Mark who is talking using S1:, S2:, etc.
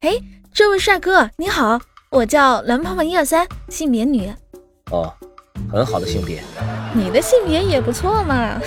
S1: 哎，这位帅哥你好，我叫蓝胖胖一二三，性别女。
S2: 啊哦，很好的性别。
S1: 你的性别也不错嘛。